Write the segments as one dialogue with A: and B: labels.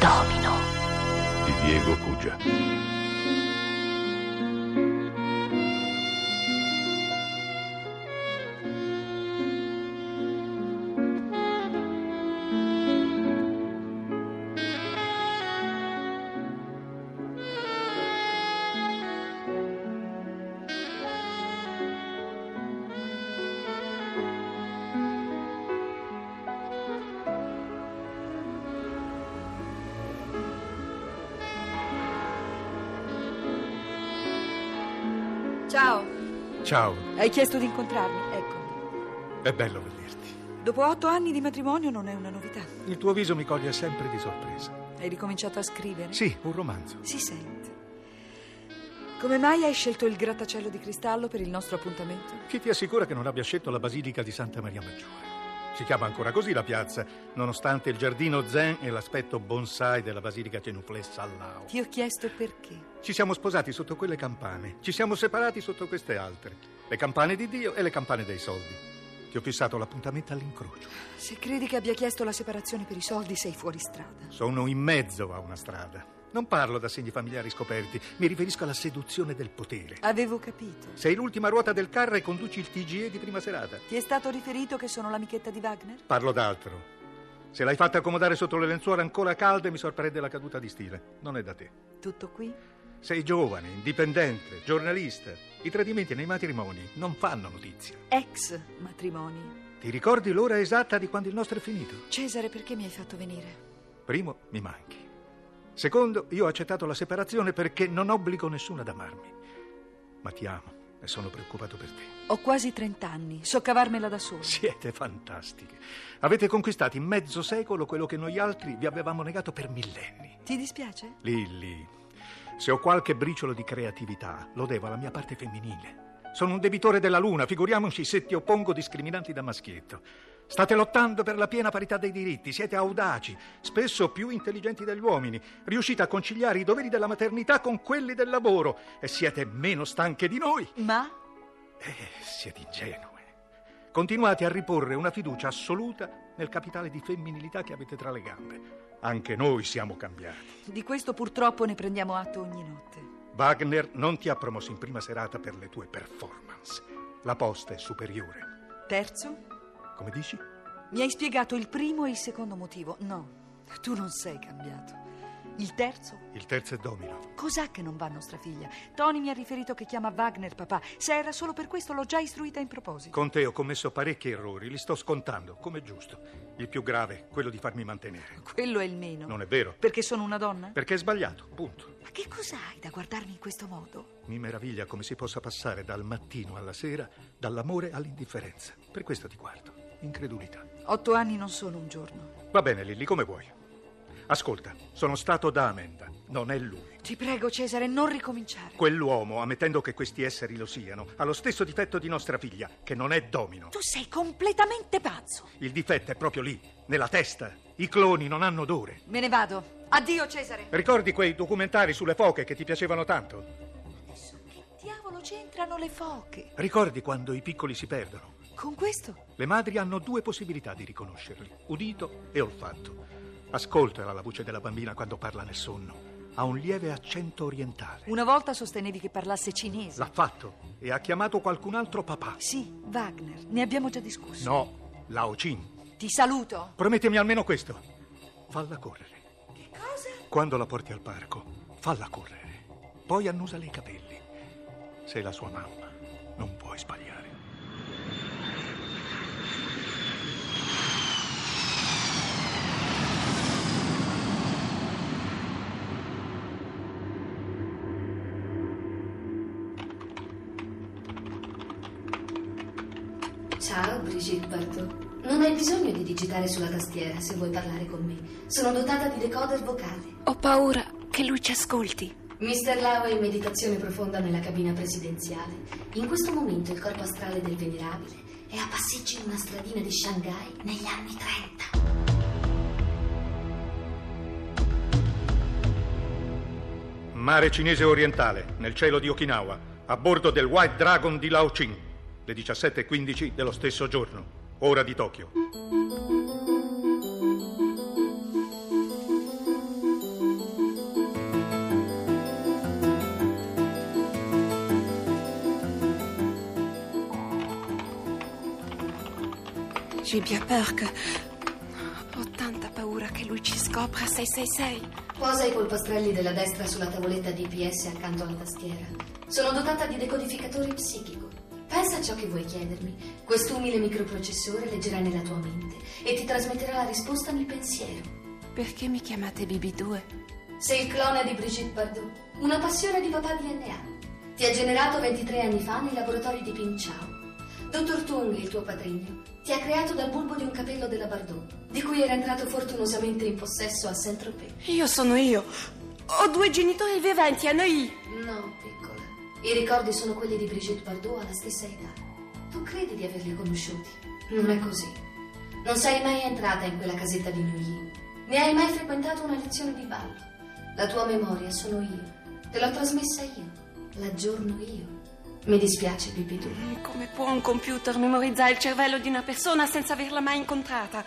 A: Domino.
B: di Diego Cugia.
C: Ciao,
D: Ciao,
C: hai chiesto di incontrarmi, ecco.
D: è bello vederti.
C: Dopo otto anni di matrimonio non è una novità.
D: Il tuo viso mi coglie sempre di sorpresa.
C: Hai ricominciato a scrivere?
D: Sì, un romanzo.
C: Si sente. Come mai hai scelto il grattacielo di cristallo per il nostro appuntamento?
D: Chi ti assicura che non abbia scelto la Basilica di Santa Maria Maggiore? Si chiama ancora così la piazza, nonostante il giardino zen e l'aspetto bonsai della Basilica Genuflessa a Lao.
C: Ti ho chiesto perché.
D: Ci siamo sposati sotto quelle campane, ci siamo separati sotto queste altre. Le campane di Dio e le campane dei soldi. Ti ho fissato l'appuntamento all'incrocio.
C: Se credi che abbia chiesto la separazione per i soldi, sei fuori strada.
D: Sono in mezzo a una strada. Non parlo da segni familiari scoperti, mi riferisco alla seduzione del potere.
C: Avevo capito.
D: Sei l'ultima ruota del carro e conduci il TGE di prima serata.
C: Ti è stato riferito che sono l'amichetta di Wagner?
D: Parlo d'altro. Se l'hai fatta accomodare sotto le lenzuola ancora calde, mi sorprende la caduta di stile. Non è da te.
C: Tutto qui?
D: Sei giovane, indipendente, giornalista. I tradimenti nei matrimoni non fanno notizia.
C: Ex matrimoni.
D: Ti ricordi l'ora esatta di quando il nostro è finito?
C: Cesare, perché mi hai fatto venire?
D: Primo, mi manchi. Secondo, io ho accettato la separazione perché non obbligo nessuno ad amarmi. Ma ti amo e sono preoccupato per te.
C: Ho quasi 30 anni, so cavarmela da sola.
D: Siete fantastiche. Avete conquistato in mezzo secolo quello che noi altri vi avevamo negato per millenni.
C: Ti dispiace?
D: Lilli, se ho qualche briciolo di creatività, lo devo alla mia parte femminile. Sono un debitore della luna, figuriamoci se ti oppongo discriminanti da maschietto. State lottando per la piena parità dei diritti, siete audaci, spesso più intelligenti degli uomini, riuscite a conciliare i doveri della maternità con quelli del lavoro e siete meno stanche di noi.
C: Ma
D: Eh, siete ingenue. Continuate a riporre una fiducia assoluta nel capitale di femminilità che avete tra le gambe. Anche noi siamo cambiati.
C: Di questo purtroppo ne prendiamo atto ogni notte.
D: Wagner non ti ha promosso in prima serata per le tue performance. La posta è superiore.
C: Terzo,
D: Come dici?
C: mi hai spiegato il primo e il secondo motivo. No, tu non sei cambiato. Il terzo,
D: Il terzo è domino.
C: cos'ha che non va a nostra figlia? Tony mi ha riferito che chiama Wagner papà. Se era solo per questo l'ho già istruita in proposito.
D: Con te ho commesso parecchi errori, li sto scontando, come è giusto. Il più grave, quello di farmi mantenere.
C: Quello è il meno.
D: Non è vero?
C: Perché sono una donna?
D: Perché è sbagliato, punto.
C: Ma che cos'hai da guardarmi in questo modo?
D: Mi meraviglia come si possa passare dal mattino alla sera, dall'amore all'indifferenza. Per questo ti guardo. Incredulità.
C: Otto anni non sono un giorno.
D: Va bene, Lilli, come vuoi. Ascolta, sono stato da Amenda, non è lui.
C: Ti prego, Cesare, non ricominciare.
D: Quell'uomo, ammettendo che questi esseri lo siano, ha lo stesso difetto di nostra figlia, che non è domino.
C: Tu sei completamente pazzo.
D: Il difetto è proprio lì, nella testa. I cloni non hanno odore.
C: Me ne vado. Addio, Cesare.
D: Ricordi quei documentari sulle foche che ti piacevano tanto?
C: Adesso che diavolo c'entrano le foche?
D: Ricordi quando i piccoli si perdono?
C: Con questo?
D: Le madri hanno due possibilità di riconoscerli, udito e olfatto. Ascoltala la voce della bambina quando parla nel sonno. Ha un lieve accento orientale.
C: Una volta sostenevi che parlasse cinese.
D: L'ha fatto e ha chiamato qualcun altro papà.
C: Sì, Wagner, ne abbiamo già discusso.
D: No, Lao Chin.
C: Ti saluto.
D: Promettimi almeno questo. Falla correre.
C: Che cosa?
D: Quando la porti al parco, falla correre. Poi annusale i capelli. Sei la sua mamma. Non puoi sbagliare.
A: Ciao Brigitte Bardot. Non hai bisogno di digitare sulla tastiera se vuoi parlare con me. Sono dotata di decoder vocale.
E: Ho paura che lui ci ascolti.
A: Mister Lau è in meditazione profonda nella cabina presidenziale. In questo momento il corpo astrale del venerabile è a passeggi in una stradina di Shanghai negli anni 30.
D: Mare cinese orientale, nel cielo di Okinawa, a bordo del White Dragon di Lao Ching, le 17.15 dello stesso giorno, ora di Tokyo.
E: J'ai bien peur che. Ho tanta paura che lui ci scopra 666.
A: Posa i polpastrelli della destra sulla tavoletta DPS accanto alla tastiera. Sono dotata di decodificatore psichico. Pensa a ciò che vuoi chiedermi. Quest'umile microprocessore leggerà nella tua mente e ti trasmetterà la risposta nel pensiero.
E: Perché mi chiamate BB2?
A: Sei il clone di Brigitte Bardot, una passione di papà DNA. Ti ha generato 23 anni fa nei laboratori di Ping Chao. Dottor Tung, il tuo patrigno, ti ha creato dal bulbo di un capello della Bardot, di cui era entrato fortunosamente in possesso a Saint-Tropez.
E: Io sono io. Ho due genitori viventi, a noi.
A: No, piccola. I ricordi sono quelli di Brigitte Bardot alla stessa età. Tu credi di averli conosciuti? Non è così. Non sei mai entrata in quella casetta di Neuilly, né hai mai frequentato una lezione di ballo. La tua memoria sono io. Te l'ho trasmessa io. L'aggiorno io. Mi dispiace, Bibidu.
E: Come può un computer memorizzare il cervello di una persona senza averla mai incontrata?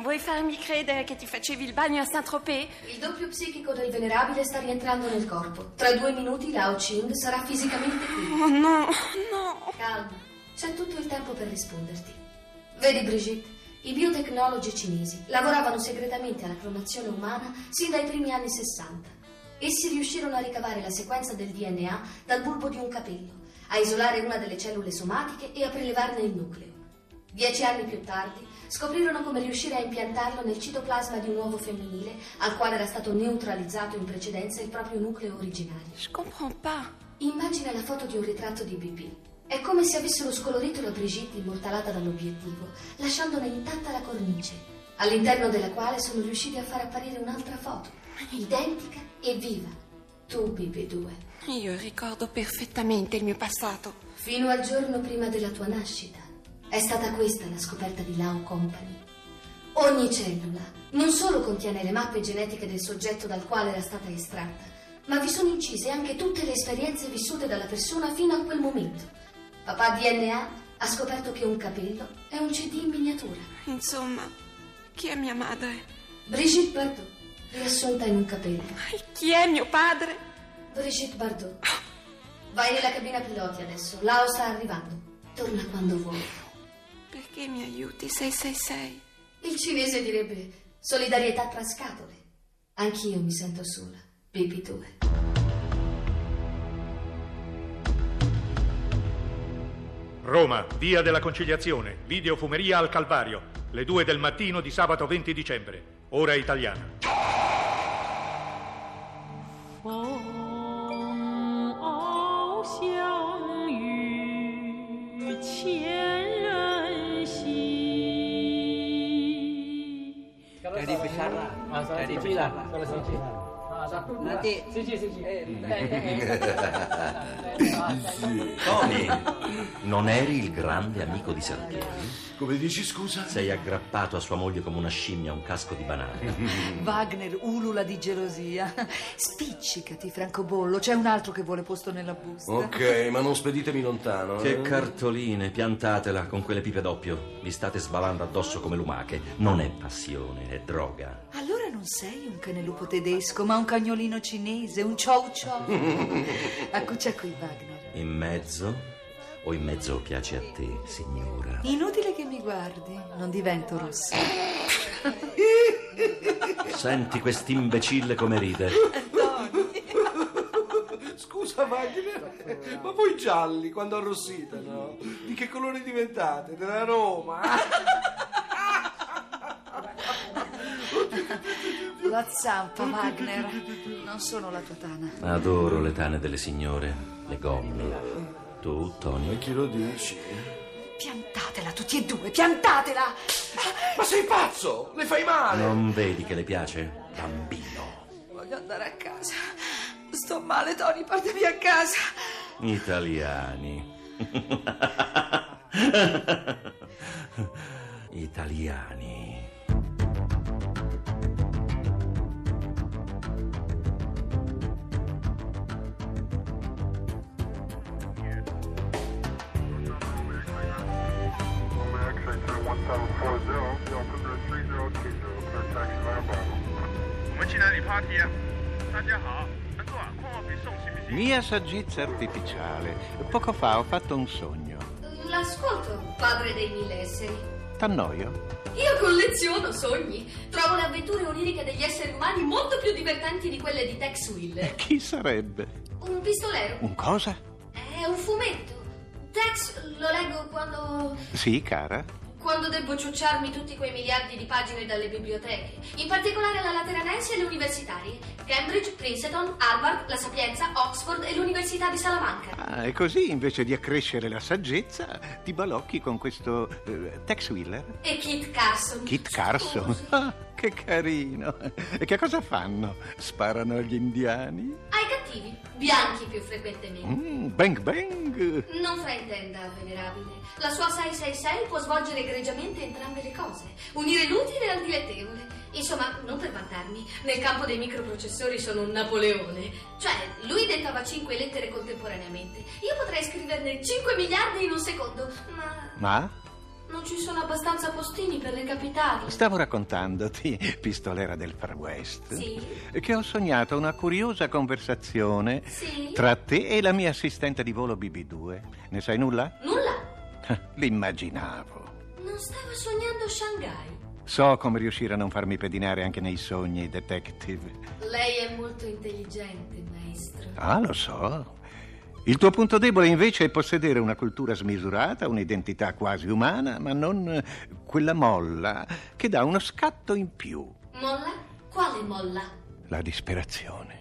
E: Vuoi farmi credere che ti facevi il bagno a Saint-Tropez?
A: Il doppio psichico del venerabile sta rientrando nel corpo. Tra due minuti Lao Ching sarà fisicamente qui.
E: Oh no, no.
A: Calma, c'è tutto il tempo per risponderti. Vedi, Brigitte, i biotecnologi cinesi lavoravano segretamente alla clonazione umana sin dai primi anni 60. Essi riuscirono a ricavare la sequenza del DNA dal bulbo di un capello, a isolare una delle cellule somatiche e a prelevarne il nucleo. Dieci anni più tardi scoprirono come riuscire a impiantarlo nel citoplasma di un uovo femminile al quale era stato neutralizzato in precedenza il proprio nucleo originario.
E: Je comprends pas.
A: Immagina la foto di un ritratto di BP. È come se avessero scolorito la Brigitte immortalata dall'obiettivo, lasciandone intatta la cornice, all'interno della quale sono riusciti a far apparire un'altra foto, identica e viva. Tu, BP2.
E: Io ricordo perfettamente il mio passato.
A: Fino al giorno prima della tua nascita è stata questa la scoperta di Lao Company. Ogni cellula non solo contiene le mappe genetiche del soggetto dal quale era stata estratta, ma vi sono incise anche tutte le esperienze vissute dalla persona fino a quel momento. Papà DNA ha scoperto che un capello è un CD in miniatura.
E: Insomma, chi è mia madre?
A: Brigitte Bardot, riassunta in un capello.
E: E chi è mio padre?
A: Brigitte Bardot. Vai nella cabina piloti adesso, Lao sta arrivando. Torna quando vuoi.
E: Perché mi aiuti 666?
A: Il cinese direbbe solidarietà tra scatole. Anch'io mi sento sola, baby 2.
D: Roma, via della conciliazione, videofumeria al Calvario, le 2 del mattino di sabato 20 dicembre, ora italiana.
F: 风翱翔于千人心。
G: dari besar lah dari besar lah nanti
H: Tony, non eri il grande amico di Sartori?
I: Come dici scusa?
H: Sei aggrappato a sua moglie come una scimmia a un casco di banana.
C: Wagner ulula di gelosia. Spiccicati, francobollo, c'è un altro che vuole posto nella busta.
H: Oh.
I: Ok, ma non speditemi lontano.
H: Che
I: eh?
H: cartoline, piantatela con quelle pipe doppio. Vi state sbalando addosso come lumache. Non è passione, è droga.
C: Allora non sei un canelupo tedesco, ma un cagnolino cinese, un ciao ciao. Accuccia qui, Wagner.
H: In mezzo? O in mezzo piace a te, signora?
C: Inutile che mi guardi, non divento rossa.
H: Senti quest'imbecille come ride.
I: Scusa Wagner, ma voi gialli quando arrossite, no? Di che colore diventate? Della Roma?
C: La zampa, Wagner. Non sono la tua tana.
H: Adoro le tane delle signore, le gomme. Tu, Tony?
I: Chi lo dici?
C: Piantatela, tutti e due, piantatela!
I: Ma sei pazzo! Le fai male!
H: Non vedi che le piace? Bambino.
C: Voglio andare a casa. Sto male, Tony, portami a casa.
H: Italiani. Italiani.
J: Mia saggezza artificiale, poco fa ho fatto un sogno.
A: L'ascolto, padre dei mille esseri.
J: T'annoio?
A: Io colleziono sogni. Trovo le avventure oniriche degli esseri umani molto più divertenti di quelle di Tex Wheeler.
J: Chi sarebbe?
A: Un pistolero.
J: Un cosa?
A: È un fumetto. Tex lo leggo quando.
J: Sì, cara?
A: quando devo ciucciarmi tutti quei miliardi di pagine dalle biblioteche. In particolare la Lateranense e le universitarie. Cambridge, Princeton, Harvard, La Sapienza, Oxford e l'Università di Salamanca.
J: Ah, e così invece di accrescere la saggezza, ti balocchi con questo eh, Tex Wheeler?
A: E Kit Carson.
J: Kit Carson? Ah, che carino! E che cosa fanno? Sparano agli indiani?
A: Ai cattivi, bianchi più frequentemente.
J: Mm, bang bang!
A: Non fraintenda, venerabile. La sua 666 può svolgere egregiamente entrambe le cose, unire l'utile al dilettevole. Insomma, non per vantarmi, nel campo dei microprocessori sono un Napoleone. Cioè, lui dettava 5 lettere contemporaneamente. Io potrei scriverne 5 miliardi in un secondo, ma
J: Ma?
A: non ci sono abbastanza postini per le capitali.
J: Stavo raccontandoti, pistolera del Far West,
A: Sì.
J: che ho sognato una curiosa conversazione
A: Sì?
J: tra te e la mia assistente di volo BB2. Ne sai nulla?
A: Nulla.
J: L'immaginavo.
A: Non stavo sognando Shanghai.
J: So come riuscire a non farmi pedinare anche nei sogni, detective.
A: Lei è molto intelligente, maestro.
J: Ah, lo so. Il tuo punto debole invece è possedere una cultura smisurata, un'identità quasi umana, ma non eh, quella molla che dà uno scatto in più,
A: Molla? Quale molla?
J: la disperazione.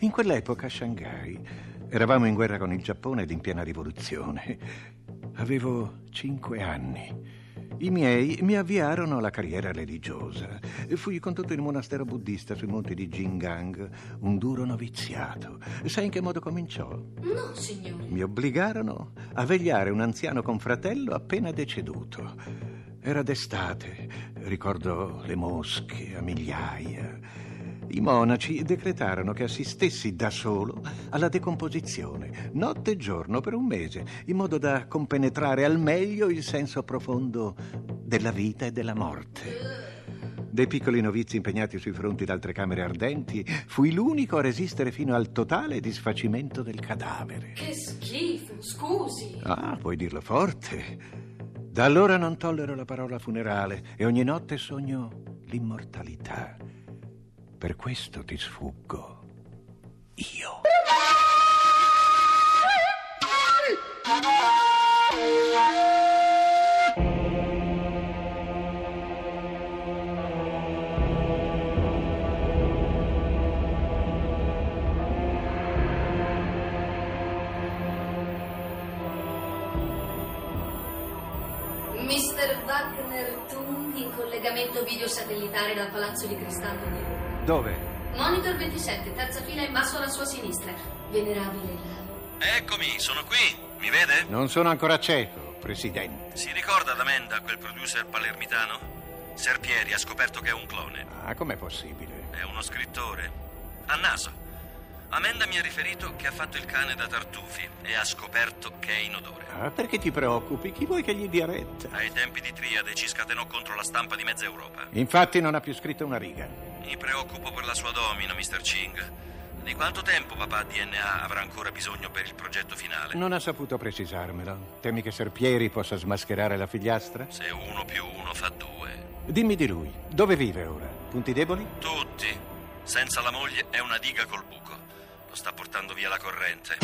J: In quell'epoca a Shanghai eravamo in guerra con il Giappone ed in piena rivoluzione. Avevo cinque anni. I miei mi avviarono alla carriera religiosa. Fui condotto in un monastero buddista sui monti di Jingang, un duro noviziato. Sai in che modo cominciò?
A: No, signore.
J: Mi obbligarono a vegliare un anziano confratello appena deceduto. Era d'estate, ricordo le mosche a migliaia. I monaci decretarono che assistessi da solo alla decomposizione, notte e giorno per un mese, in modo da compenetrare al meglio il senso profondo della vita e della morte. Dei piccoli novizi impegnati sui fronti d'altre camere ardenti, fui l'unico a resistere fino al totale disfacimento del cadavere.
A: Che schifo, scusi.
J: Ah, puoi dirlo forte. Da allora non tollero la parola funerale e ogni notte sogno l'immortalità. Per questo ti sfuggo. Io.
A: Mr. Wagner Tung in collegamento video satellitare dal Palazzo di Cristallo di Roma.
J: Dove?
A: Monitor 27, terza fila in basso alla sua sinistra. Venerabile là.
H: Eccomi, sono qui. Mi vede?
J: Non sono ancora cieco, presidente.
H: Si ricorda D'Amenda, quel producer palermitano? Serpieri ha scoperto che è un clone.
J: Ah, com'è possibile?
H: È uno scrittore. A naso. Amenda mi ha riferito che ha fatto il cane da tartufi e ha scoperto che è inodore.
J: Ah, perché ti preoccupi? Chi vuoi che gli dia retta?
H: Ai tempi di Triade ci scatenò contro la stampa di mezza Europa.
J: Infatti non ha più scritto una riga.
H: Mi preoccupo per la sua domina, Mr. Ching. Di quanto tempo papà DNA avrà ancora bisogno per il progetto finale?
J: Non ha saputo precisarmelo. Temi che Serpieri possa smascherare la figliastra?
H: Se uno più uno fa due.
J: Dimmi di lui. Dove vive ora? Punti deboli?
H: Tutti. Senza la moglie è una diga col buco. Lo sta portando via la corrente.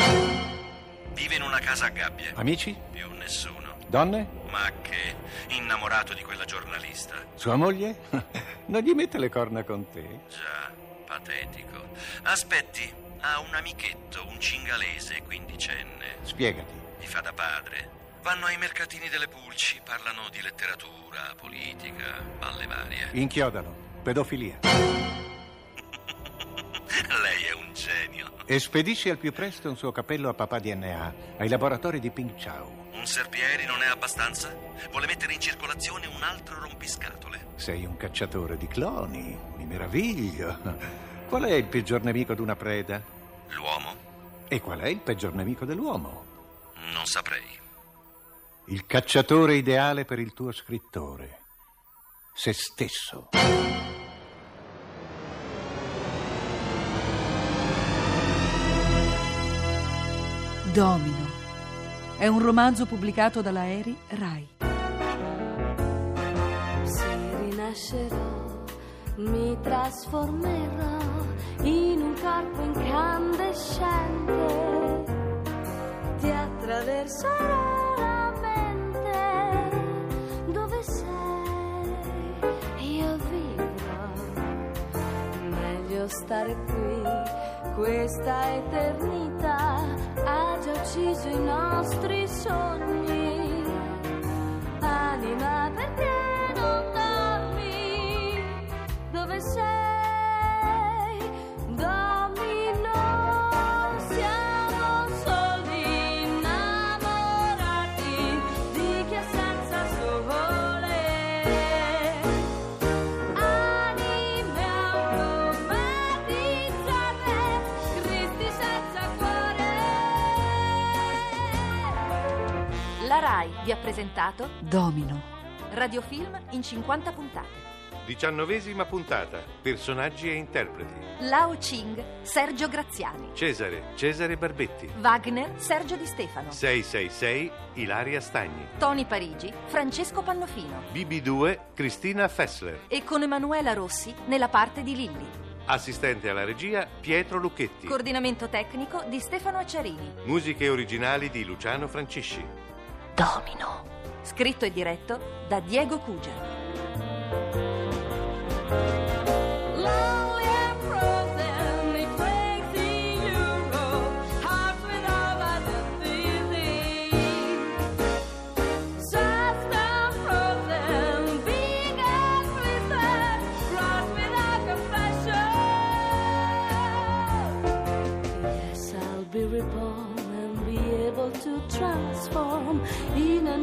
H: Vive in una casa a gabbie.
J: Amici?
H: Più nessuno.
J: Donne?
H: Ma che innamorato di quella giornalista.
J: Sua moglie? Non gli mette le corna con te?
H: Già, patetico. Aspetti, ha un amichetto, un cingalese, quindicenne.
J: Spiegati.
H: Gli fa da padre. Vanno ai mercatini delle pulci, parlano di letteratura, politica, eh. balle varie.
J: Inchiodalo. Pedofilia.
H: Lei è un genio.
J: E spedisci al più presto un suo capello a papà DNA ai laboratori di Ping Chao.
H: Un serpieri non è abbastanza? Vuole mettere in circolazione un altro rompiscatole.
J: Sei un cacciatore di cloni, mi meraviglio. Qual è il peggior nemico di una preda?
H: L'uomo?
J: E qual è il peggior nemico dell'uomo?
H: Non saprei.
J: Il cacciatore ideale per il tuo scrittore. Se stesso.
C: Domino. È un romanzo pubblicato dalla Eri Rai.
K: Se rinascerò, mi trasformerò in un corpo incandescente. Ti attraverserò la mente. Dove sei? Io vivrò. Meglio stare qui. Questa eternità ha già ucciso i nostri sogni. Anima, perché non dormi? Dove sei? Domino, siamo soli innamorati di chi è senza sole. Anime automatizzate, Cristi senza cuore.
L: La RAI vi ha presentato
C: Domino.
L: Radiofilm in 50 puntate.
M: Diciannovesima puntata. Personaggi e interpreti.
L: Lao Ching, Sergio Graziani.
M: Cesare, Cesare Barbetti.
L: Wagner, Sergio Di Stefano.
M: 666, Ilaria Stagni.
L: Tony Parigi, Francesco Pannofino.
M: BB2, Cristina Fessler.
L: E con Emanuela Rossi nella parte di Lilli.
M: Assistente alla regia, Pietro Lucchetti.
L: Coordinamento tecnico di Stefano Acciarini.
M: Musiche originali di Luciano Francisci.
L: Domino. Scritto e diretto da Diego Cugia.
K: Lonely and frozen, it breaks in Europe, half an hour Just and frozen, being and twisted, right without confession. Yes, I'll be reborn and be able to transform in an